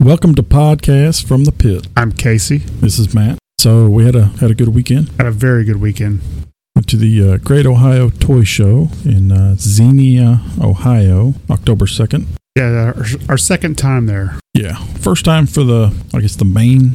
Welcome to Podcast from the Pit. I'm Casey. This is Matt. So we had a had a good weekend. Had a very good weekend. Went to the uh, Great Ohio Toy Show in uh, Xenia, Ohio, October second. Yeah, our, our second time there. Yeah, first time for the I guess the main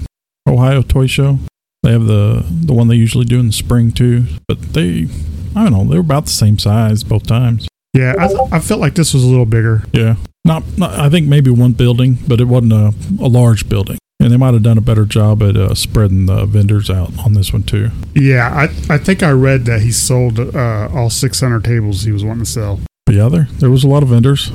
Ohio Toy Show. They have the the one they usually do in the spring too, but they I don't know they're about the same size both times. Yeah, I, th- I felt like this was a little bigger. Yeah, not, not I think maybe one building, but it wasn't a, a large building, and they might have done a better job at uh, spreading the vendors out on this one too. Yeah, I, I think I read that he sold uh, all 600 tables he was wanting to sell. But yeah, there there was a lot of vendors.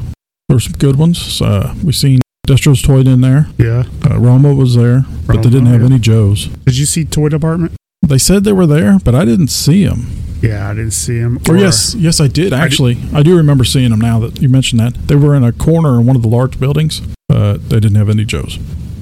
There were some good ones. Uh, we seen Destro's Toy in there. Yeah. Uh, Roma was there, but they didn't Roma, have yeah. any Joes. Did you see Toy Department? They said they were there, but I didn't see them. Yeah, I didn't see him. Or yes, yes, I did actually. I do remember seeing them now that you mentioned that. They were in a corner in one of the large buildings. Uh, they didn't have any Joes,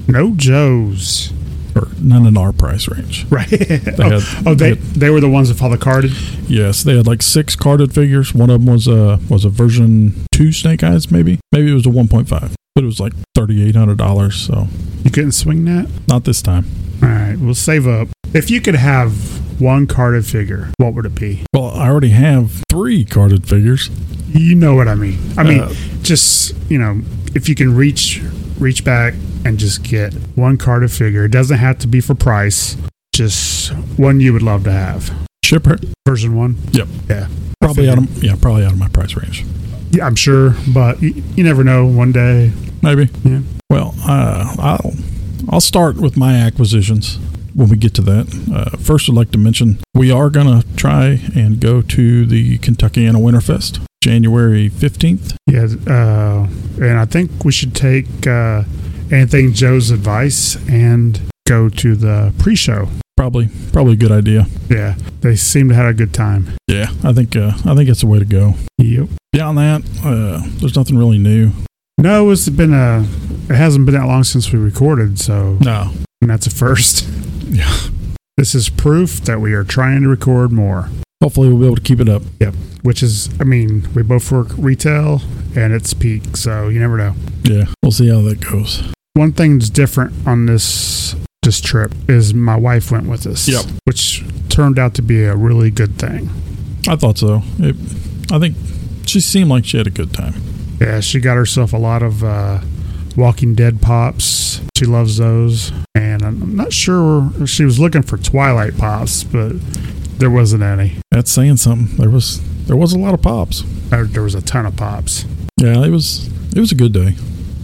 No Joes. or none in our price range. Right. had- oh, oh, they they, they were the ones that followed carded. Yes, they had like six carded figures. One of them was a was a version two Snake Eyes, maybe. Maybe it was a one point five, but it was like thirty eight hundred dollars. So You couldn't swing that? not this time. All right, we'll save up. If you could have one carded figure, what would it be? Well, I already have three carded figures. You know what I mean. I mean, Uh, just, you know, if you can reach reach back and just get one carded figure, it doesn't have to be for price, just one you would love to have. Shipper, Version 1? Yep. Yeah. I probably out of yeah, probably out of my price range. Yeah, I'm sure, but you, you never know one day. Maybe. Yeah. Well, uh, I'll I'll start with my acquisitions when we get to that. Uh, first, I'd like to mention we are gonna try and go to the Kentuckiana Winterfest, January fifteenth. Yeah, uh, and I think we should take uh, Anthony Joe's advice and go to the pre-show. Probably probably a good idea. Yeah, they seem to have a good time. Yeah, I think uh, I think it's the way to go. Yep. Beyond that, uh, there's nothing really new. No, it's been a. It hasn't been that long since we recorded, so No, and that's a first. Yeah. This is proof that we are trying to record more, hopefully we'll be able to keep it up. which is, I mean, we both work retail and it's peak, so you never know. Yeah, we'll see how that goes. One thing that's different on this this trip is my wife went with us. Yep. Which turned out to be a really good thing. I thought so. It, I think she seemed like she had a good time. Yeah, she got herself a lot of uh, Walking Dead pops. She loves those, and I'm not sure she was looking for Twilight pops, but there wasn't any. That's saying something. There was there was a lot of pops. There there was a ton of pops. Yeah, it was it was a good day.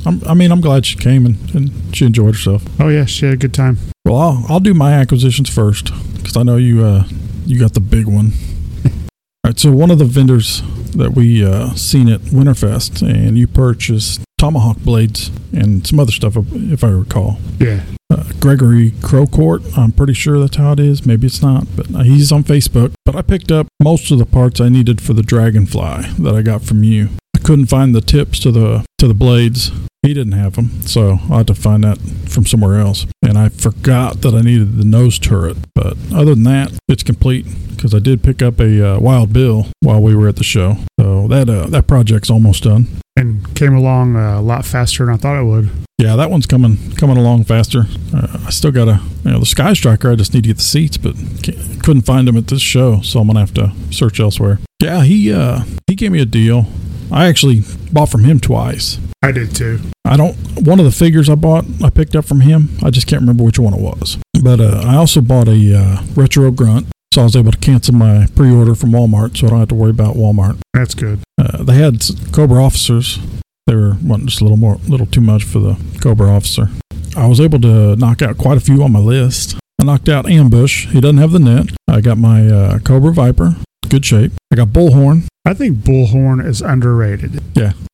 I'm, I mean, I'm glad she came and, and she enjoyed herself. Oh yeah, she had a good time. Well, I'll, I'll do my acquisitions first because I know you uh, you got the big one. All right, so one of the vendors that we uh, seen at Winterfest, and you purchased tomahawk blades and some other stuff, if I recall. Yeah, Uh, Gregory Crowcourt, I'm pretty sure that's how it is. Maybe it's not, but uh, he's on Facebook. But I picked up most of the parts I needed for the dragonfly that I got from you. I couldn't find the tips to the to the blades. He didn't have them, so I had to find that from somewhere else. And I forgot that I needed the nose turret. But other than that, it's complete because I did pick up a uh, wild bill while we were at the show. So that uh, that project's almost done. and came along a lot faster than I thought it would. Yeah, that one's coming coming along faster. Uh, I still gotta, you know, the Sky Striker. I just need to get the seats, but can't, couldn't find them at this show, so I'm gonna have to search elsewhere. Yeah, he uh, he gave me a deal. I actually bought from him twice. I did too. I don't. One of the figures I bought, I picked up from him. I just can't remember which one it was. But uh, I also bought a uh, retro grunt, so I was able to cancel my pre-order from Walmart, so I don't have to worry about Walmart. That's good. Uh, they had s- Cobra officers. They were wanting just a little more, little too much for the Cobra officer. I was able to knock out quite a few on my list. I knocked out Ambush. He doesn't have the net. I got my uh, Cobra Viper, good shape. I got Bullhorn. I think Bullhorn is underrated.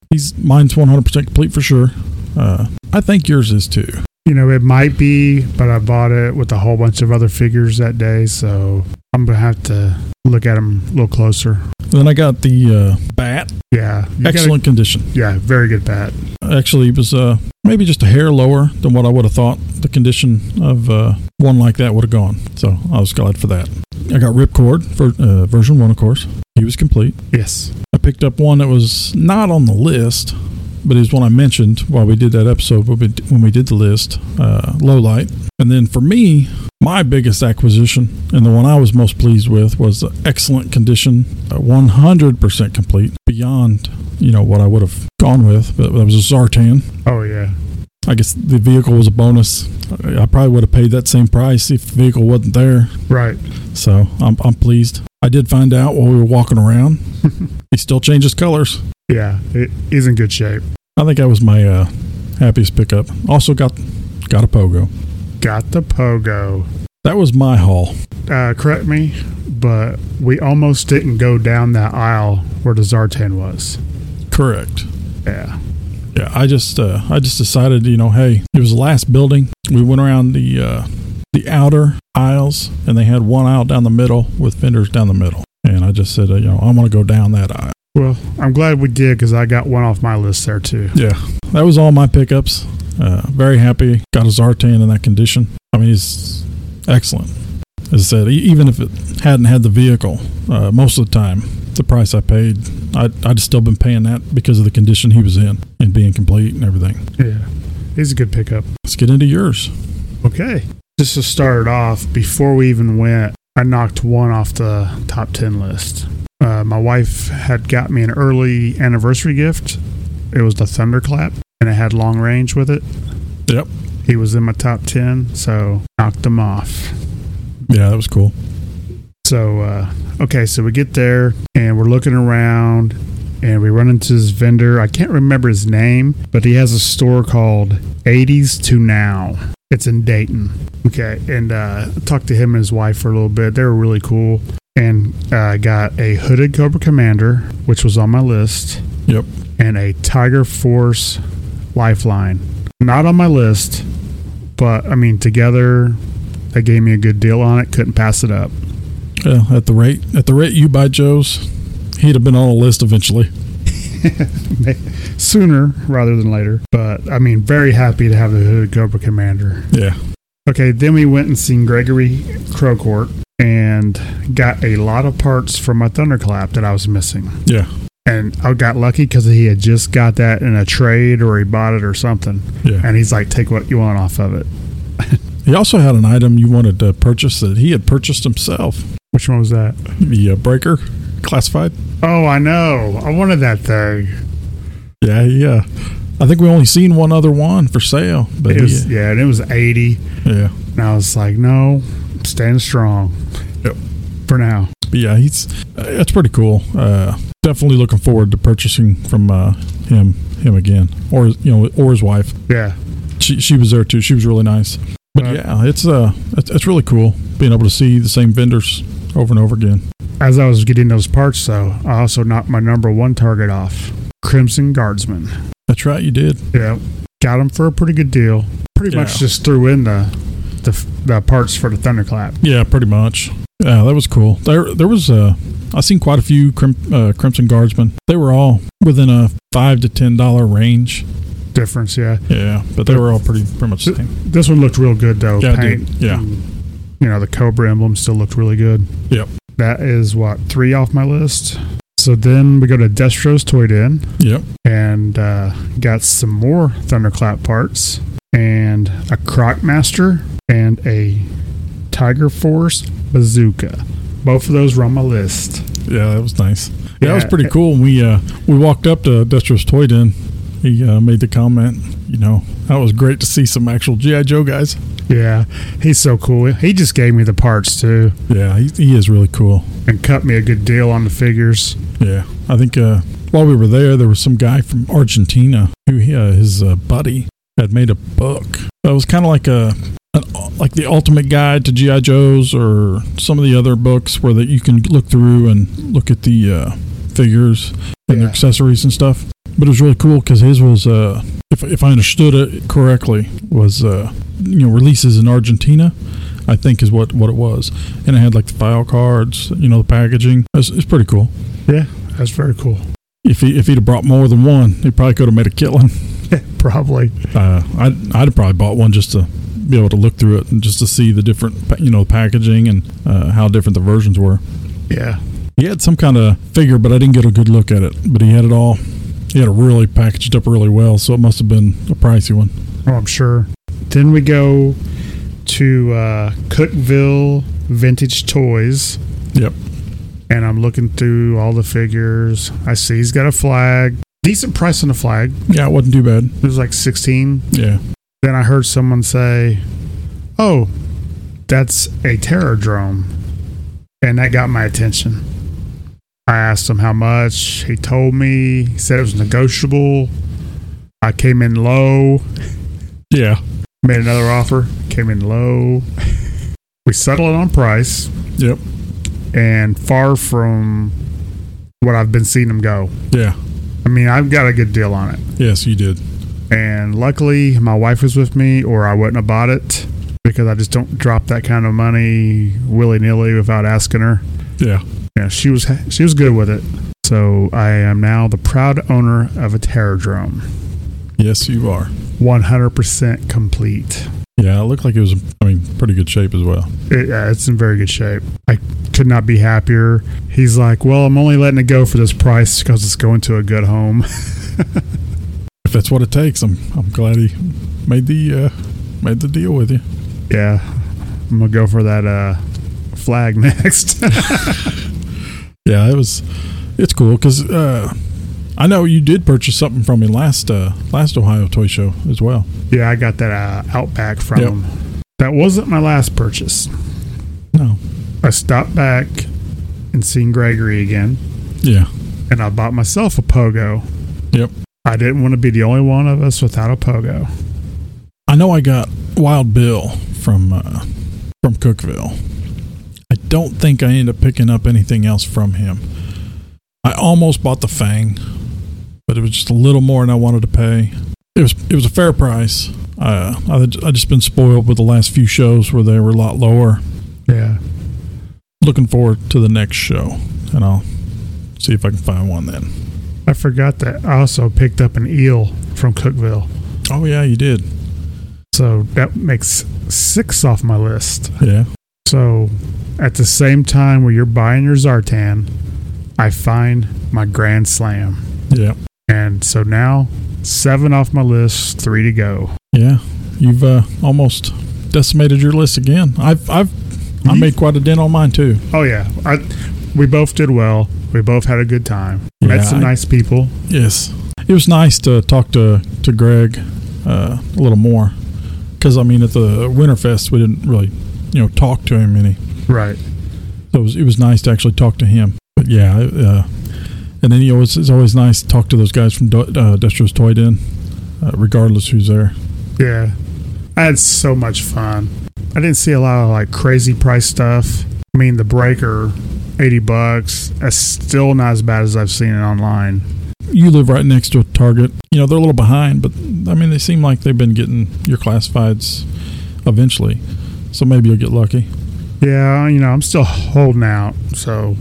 He's mine's 100% complete for sure. Uh, I think yours is too. You know, it might be, but I bought it with a whole bunch of other figures that day, so I'm gonna have to look at them a little closer. Then I got the uh, Bat, Yeah, you gotta- excellent condition. yeah, very good bat. actually it was uh, maybe just a hair lower than what I would have thought the condition of uh, one like that would have gone. So I was glad for that. I got Ripcord for uh, version one, of course. He was complete. Yes. I picked up one that was not on the list, but it was one I mentioned while we did that episode when we, when we did the list, uh, Low Light. And then for me, my biggest acquisition and the one I was most pleased with was the excellent condition, uh, 100% complete, beyond you know what I would have gone with, but that was a Zartan. Oh yeah. I guess the vehicle was a bonus. I I probably would have paid that same price if the vehicle wasn't there. Right. So I'm, I'm pleased. I did find out while we were walking around, he still changes colors. Yeah. It is in good shape. I think that was my uh, happiest pickup. Also got got a pogo. Got the pogo. That was my haul. Uh, correct me, but we almost didn't go down that aisle where the Zartan was. Correct. Yeah. Yeah, I just uh, I just decided, you know, hey, it was the last building. We went around the uh, the outer aisles, and they had one aisle down the middle with fenders down the middle. And I just said, uh, you know, I want to go down that aisle. Well, I'm glad we did because I got one off my list there too. Yeah, that was all my pickups. Uh, very happy. Got a Zartan in that condition. I mean, he's excellent. As I said, e- even if it hadn't had the vehicle, uh, most of the time, the price I paid, I'd, I'd still been paying that because of the condition he was in and being complete and everything. Yeah. He's a good pickup. Let's get into yours. Okay. Just to start it off, before we even went, I knocked one off the top 10 list. Uh, my wife had got me an early anniversary gift. It was the Thunderclap, and it had long range with it. Yep. He was in my top 10, so knocked him off. Yeah, that was cool. So, uh, okay, so we get there and we're looking around and we run into this vendor. I can't remember his name, but he has a store called 80s to Now. It's in Dayton. Okay, and uh, I talked to him and his wife for a little bit. They were really cool. And uh, I got a hooded Cobra Commander, which was on my list, Yep. and a Tiger Force Lifeline. Not on my list, but I mean, together, they gave me a good deal on it. Couldn't pass it up. Yeah, at the rate at the rate you buy Joe's, he'd have been on a list eventually. sooner rather than later. But I mean, very happy to have the Hooded Cobra Commander. Yeah. Okay, then we went and seen Gregory Crowcourt and got a lot of parts from my Thunderclap that I was missing. Yeah. And I got lucky because he had just got that in a trade or he bought it or something. Yeah. And he's like, take what you want off of it. He also had an item you wanted to purchase that he had purchased himself. Which one was that? The uh, breaker classified. Oh, I know. I wanted that thing. Yeah, yeah. I think we only seen one other one for sale, but It was, he- yeah, and it was 80. yeah, And I was like, no, stand strong. Yep. For now. but yeah, he's uh, it's pretty cool. Uh, definitely looking forward to purchasing from uh, him him again, or you know, or his wife. Yeah. She she was there too. She was really nice. But Right. yeah, it's uh, it's, it's really cool being able to see the same vendors over and over again. As I was getting those parts, though, I also knocked my number one target off Crimson Guardsman. That's right, you did. Yeah. Got him for a pretty good deal. Pretty Yeah. much just threw in the, the the parts for the Thunderclap. Yeah, pretty much. Yeah, that was cool. There, there was uh, I seen quite a few crim- uh, Crimson Guardsmen. They were all within a five to ten dollar range. Difference, yeah. Yeah, but they were all pretty pretty much the same. This one looked real good, though. Yeah, it did. Yeah. and, You know, the Cobra emblem still looked really good. Yep. That is, what, three off my list? So then we go to Destro's Toy Den. Yep. and uh, got some more thunderclap parts and a croc master and a tiger force bazooka both of those were on my list Yeah, that was nice. Yeah, that was Yeah. pretty cool. We uh, we walked up to Destro's Toy Den. He uh, made the comment, you know, that was great to see some actual GI Joe guys. yeah he's so cool he just gave me the parts too Yeah, he, he is really cool. and cut me a good deal on the figures Yeah, I think uh, while we were there, there was some guy from Argentina who uh, his uh, buddy had made a book that was kind of like a an, like the ultimate guide to GI Joes or some of the other books where that you can look through and look at the uh, figures and Yeah. their accessories and stuff. But it was really cool because his was, uh, if if I understood it correctly, was uh, you know releases in Argentina. I think is what, what it was, and it had like the file cards, you know, the packaging. It's, it's pretty cool. yeah that's very cool If he if he'd have brought more than one, he probably could have made a killing. probably Uh, I'd I'd have probably bought one just to be able to look through it and just to see the different pa- you know packaging and uh, how different the versions were. yeah He had some kind of figure, but I didn't get a good look at it. But he had it all. He had it really packaged up really well, so it must have been a pricey one. Oh, I'm sure. Then we go to uh, Cookville Vintage Toys, Yep. and I'm looking through all the figures. I see he's got a flag. Decent price on the flag. Yeah, it wasn't too bad. It was like 16. Yeah. Then I heard someone say, "Oh, that's a terror drone," and that got my attention. I asked him how much. He told me. He said it was negotiable. I came in low. Yeah. Made another offer, came in low. We settled on price, Yep. and far from what I've been seeing them go. Yeah. I mean, I've got a good deal on it, Yes, you did. and luckily my wife was with me, or I wouldn't have bought it because I just don't drop that kind of money willy nilly without asking her. Yeah. Yeah, she was she was good with it. So I am now the proud owner of a terror drone, Yes, you are. 100% complete. Yeah, it looked like it was, I mean, pretty good shape as well. It, uh, it's in very good shape. I could not be happier. He's like, well, I'm only letting it go for this price because it's going to a good home. If that's what it takes, I'm, I'm glad he made the, uh, made the deal with you. yeah, I'm gonna go for that uh, flag next. Yeah, it was. It's cool because uh, I know you did purchase something from me last uh, last Ohio Toy Show as well. yeah, I got that uh, Outback from Yep. him. That wasn't my last purchase. No. I stopped back and seen Gregory again, Yeah. and I bought myself a pogo. Yep. I didn't want to be the only one of us without a pogo. I know I got Wild Bill from uh, from Cookville. I don't think I ended up picking up anything else from him. I almost bought the Fang, but it was just a little more than I wanted to pay. It was it was a fair price. Uh, I I just been spoiled with the last few shows where they were a lot lower. Yeah, looking forward to the next show, and I'll see if I can find one then. I forgot that. I also picked up an eel from Cookville. Oh yeah, you did. So that makes six off my list. Yeah, So at the same time where you're buying your Zartan, I find my Grand Slam. yeah, And so now seven off my list, three to go. yeah. You've uh, almost decimated your list again. I've I've I You- made quite a dent on mine too. Oh yeah. I we both did well. We both had a good time. Yeah, Met some I- nice people. Yes, it was nice to talk to to Greg uh, a little more because I mean at the Winterfest we didn't really you know talk to him any. Right. So it was, it was nice to actually talk to him. But yeah, uh, and then you know, it's, it's always nice to talk to those guys from Do- uh, Destro's Toy Den, uh, regardless who's there. Yeah. I had so much fun. I didn't see a lot of like crazy price stuff. I mean the breaker, eighty bucks. That's still not as bad as I've seen it online. You live right next to a Target. You know, they're a little behind, but I mean, they seem like they've been getting your classifieds eventually. So maybe you'll get lucky. Yeah, you know, I'm still holding out, so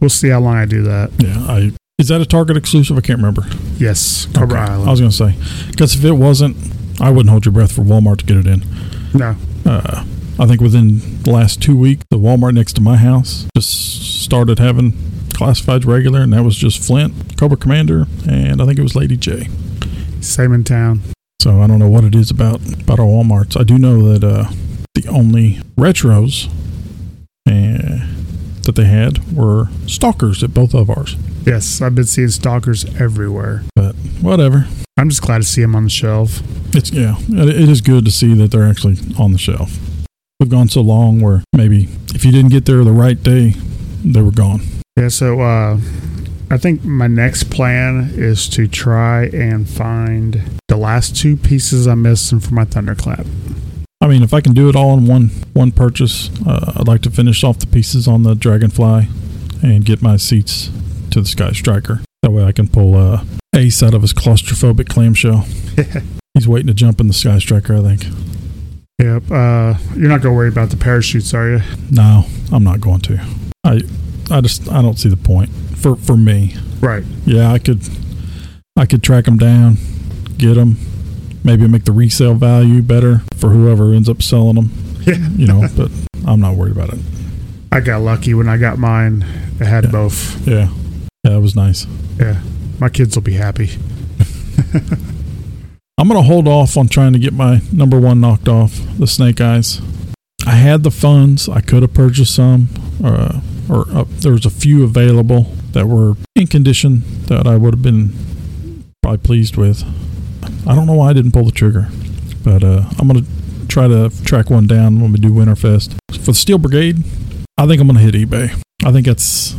we'll see how long I do that. Yeah, I. Is that a Target exclusive? I can't remember. Yes, Cobra Okay. Island. I was going to say. Because if it wasn't, I wouldn't hold your breath for Walmart to get it in. no, uh, I think within the last two weeks, the Walmart next to my house just started having classifieds regular, and that was just Flint, Cobra Commander, and I think it was Lady J. same in town. So I don't know what it is about about our WalMarts. I do know that uh, the only retros uh, that they had were stalkers at both of ours. Yes, I've been seeing stalkers everywhere. But whatever, I'm just glad to see them on the shelf. it's yeah, it, it is good to see that they're actually on the shelf. We've gone so long where maybe if you didn't get there the right day, they were gone. Yeah, so uh, I think my next plan is to try and find the last two pieces I'm missing for my thunderclap. I mean, if I can do it all in one one purchase, uh, I'd like to finish off the pieces on the Dragonfly and get my seats to the Sky Striker. That way, I can pull uh, Ace out of his claustrophobic clamshell. He's waiting to jump in the Sky Striker, I think. Yep. Uh, you're not gonna worry about the parachutes, are you? No, I'm not going to. I I just I don't see the point for for me. Right. Yeah, I could I could track them down, get them, maybe make the resale value better for whoever ends up selling them. Yeah. You know, but I'm not worried about it. I got lucky when I got mine. It had Yeah. both. Yeah. Yeah, it was nice. Yeah. My kids will be happy. I'm going to hold off on trying to get my number one knocked off the snake eyes. I had the funds. I could have purchased some, uh, or uh, there was a few available that were in condition that I would have been probably pleased with. I don't know why I didn't pull the trigger, but uh, I'm going to try to track one down when we do Winterfest for the Steel Brigade. I think I'm going to hit eBay. I think that's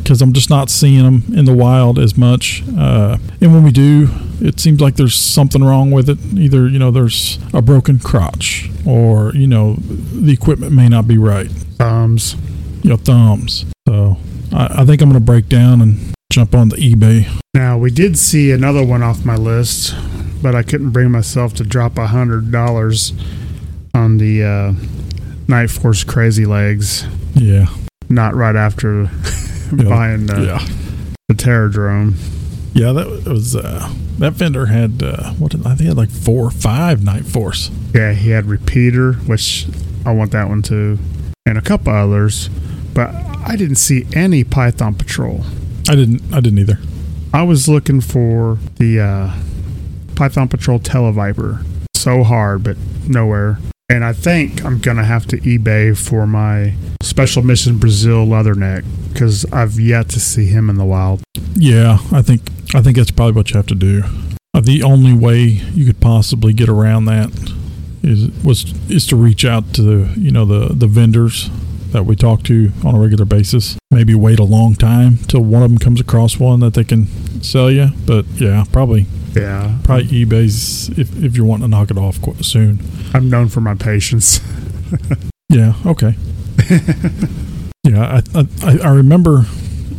because I'm just not seeing them in the wild as much. Uh, and when we do, it seems like there's something wrong with it. Either you know there's a broken crotch, or you know the equipment may not be right. Thumbs. You know thumbs. So I, I think I'm going to break down and jump on the eBay. Now we did see another one off my list, but I couldn't bring myself to drop a hundred dollars on the uh, Night Force Crazy Legs. Yeah. Not right after buying the, yeah. the Terror Drone. Yeah. That was uh, that vendor had uh, what did, I think he had like four or five Night Force. Yeah, he had Repeater, which I want that one too, and a couple others. But I didn't see any Python Patrol. I didn't. I didn't either. I was looking for the uh, Python Patrol Televiper so hard, but nowhere. And I think I'm going to have to eBay for my Special Mission Brazil Leatherneck because I've yet to see him in the wild. Yeah, I think I think that's probably what you have to do. Uh, the only way you could possibly get around that is was is to reach out to you know the the vendors that we talk to on a regular basis. Maybe wait a long time till one of them comes across one that they can sell you. But yeah, probably Yeah. probably eBay's if if you want to knock it off qu- soon. I'm known for my patience. Yeah. Okay. yeah, I, I I remember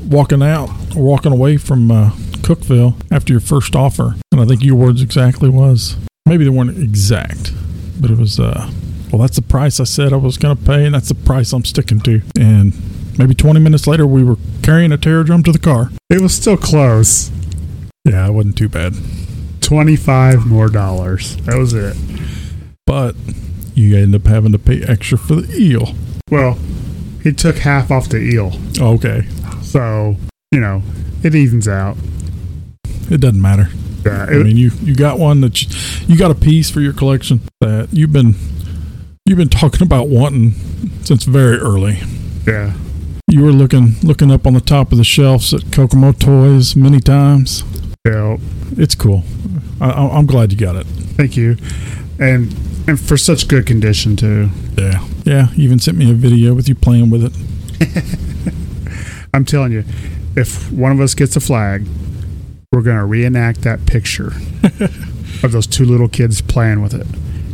walking out, walking away from uh, Cookville after your first offer, and I think your words exactly was maybe they weren't exact, but it was uh, well, that's the price I said I was going to pay, and that's the price I'm sticking to. And maybe 20 minutes later, we were carrying a terror drum to the car. It was still close. Yeah, it wasn't too bad, 25 more dollars. That was it. but you end up having to pay extra for the eel. Well, he took half off the eel. Okay, So, you know, it evens out. it doesn't matter. Yeah, I it- mean, you you got one that you, you got a piece for your collection that you've been you've been talking about wanting since very early. yeah. You were looking looking up on the top of the shelves at Kokomo Toys many times. Yeah. It's cool. I, I- I'm glad you got it. Thank you. And and for such good condition too. Yeah, yeah. You even sent me a video with you playing with it. I'm telling you, if one of us gets a flag, we're gonna reenact that picture of those two little kids playing with it.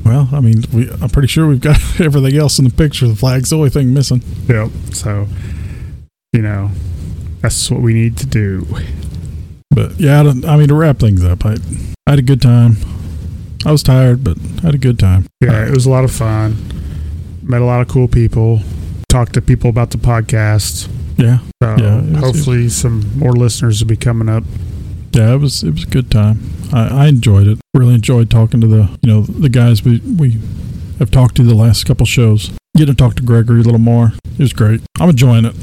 Well, I mean, we, I'm pretty sure we've got everything else in the picture. The flag's the only thing missing. Yep. So you know, that's what we need to do. But yeah, I, don't- I mean, to wrap things up, I, I had a good time. I was tired, but I had a good time. Yeah, it was a lot of fun. Met a lot of cool people. Talked to people about the podcast. Yeah, So Yeah, it was- hopefully some more listeners will be coming up. Yeah, it was it was a good time. I, I enjoyed it. Really enjoyed talking to the you know the guys we we have talked to the last couple shows. Getting to talk to Gregory a little more. It was great. I'm enjoying it.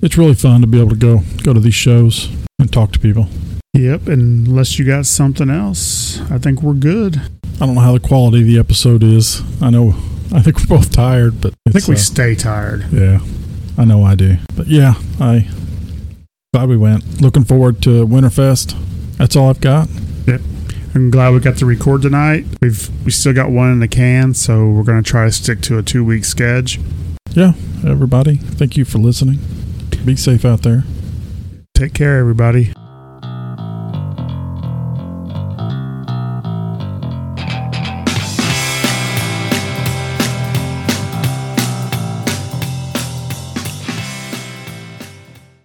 It's really fun to be able to go go to these shows and talk to people. Yep, unless you got something else, I think we're good. I don't know how the quality of the episode is. I know I think we're both tired, but I think it's, we stay tired. uh, yeah, I know I do. But yeah, I glad we went. Looking forward to Winterfest. That's all I've got. I'm glad we got to record tonight. We've we still got one in the can, so we're gonna try to stick to a two week schedule. Yeah, everybody, thank you for listening. Be safe out there. Take care, everybody.